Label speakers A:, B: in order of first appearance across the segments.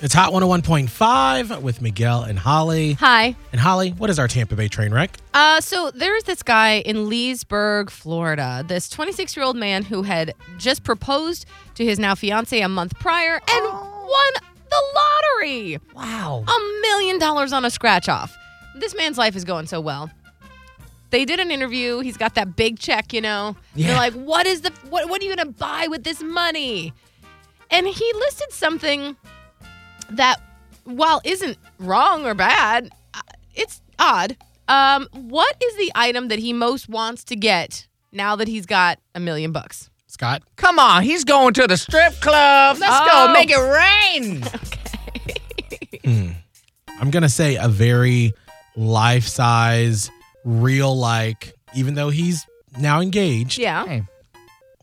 A: It's Hot 101.5 with Miguel and Holly.
B: Hi.
A: And Holly, what is our Tampa Bay train wreck?
B: Uh, so there's this guy in Leesburg, Florida, this 26 year old man who had just proposed to his now fiance a month prior and won the lottery
A: Wow.
B: a million dollars on a scratch off. This man's life is going so well. They did an interview. He's got that big check, you know.
A: Yeah.
B: They're like, "What is the what? What are you gonna buy with this money?" And he listed something that, while isn't wrong or bad, uh, it's odd. Um, what is the item that he most wants to get now that he's got a million bucks?
A: Scott?
C: Come on, he's going to the strip club. Let's
B: Oh.
C: go make it rain.
A: I'm going to say a very life size, real like, even though he's now engaged,
B: Yeah.
C: Hey.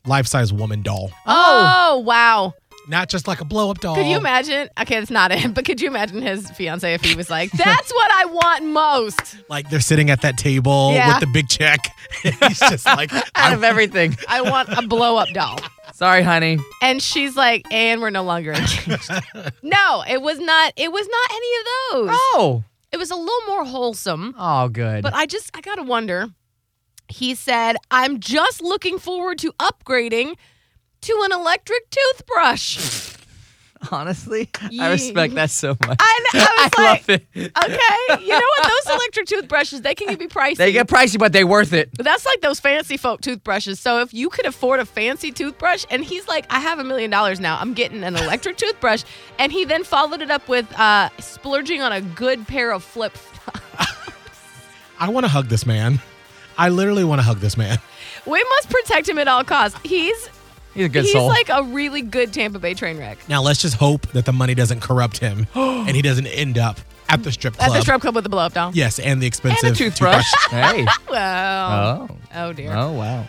A: life size woman doll.
B: Oh, wow.
A: Not just like a blow up doll.
B: Could you imagine? Okay, it's not him, but could you imagine his fiance if he was like, "That's what I want most.
A: Like they're sitting at that table
B: Yeah.
A: with the big check. he's just like,
C: Out
A: I,
C: of everything.
B: I want a blow up doll."
C: Sorry, honey.
B: And she's like, "And we're no longer engaged." no, it was not. It was not any of those.
C: Oh,
B: It was a little more wholesome,
C: oh, good.
B: but I just I gotta wonder. He said, "I'm just looking forward to upgrading to an electric toothbrush."
C: Honestly,
B: Ye-
C: I respect that so much.
B: And I was like,
C: love it.
B: "Okay, you know what? Those electric toothbrushes they can be pricey.
C: They get pricey, but they worth it.
B: But that's like those fancy folk toothbrushes. So if you could afford a fancy toothbrush, and he's like, I have a million dollars now, I'm getting an electric toothbrush, and he then followed it up with uh, splurging on a good pair of flip.
A: I want to hug this man. I literally want to hug this man.
B: We must protect him at all costs. He's
C: He's a good
B: he's
C: soul.
B: like a really good Tampa Bay train wreck.
A: Now let's just hope that the money doesn't corrupt him and he doesn't end up at the strip
B: At
A: club.
B: the strip club with the blow up doll.
A: Yes, and the expensive
C: and a toothbrush. hey.
B: Well,
C: Oh.
B: oh dear.
C: Oh, wow.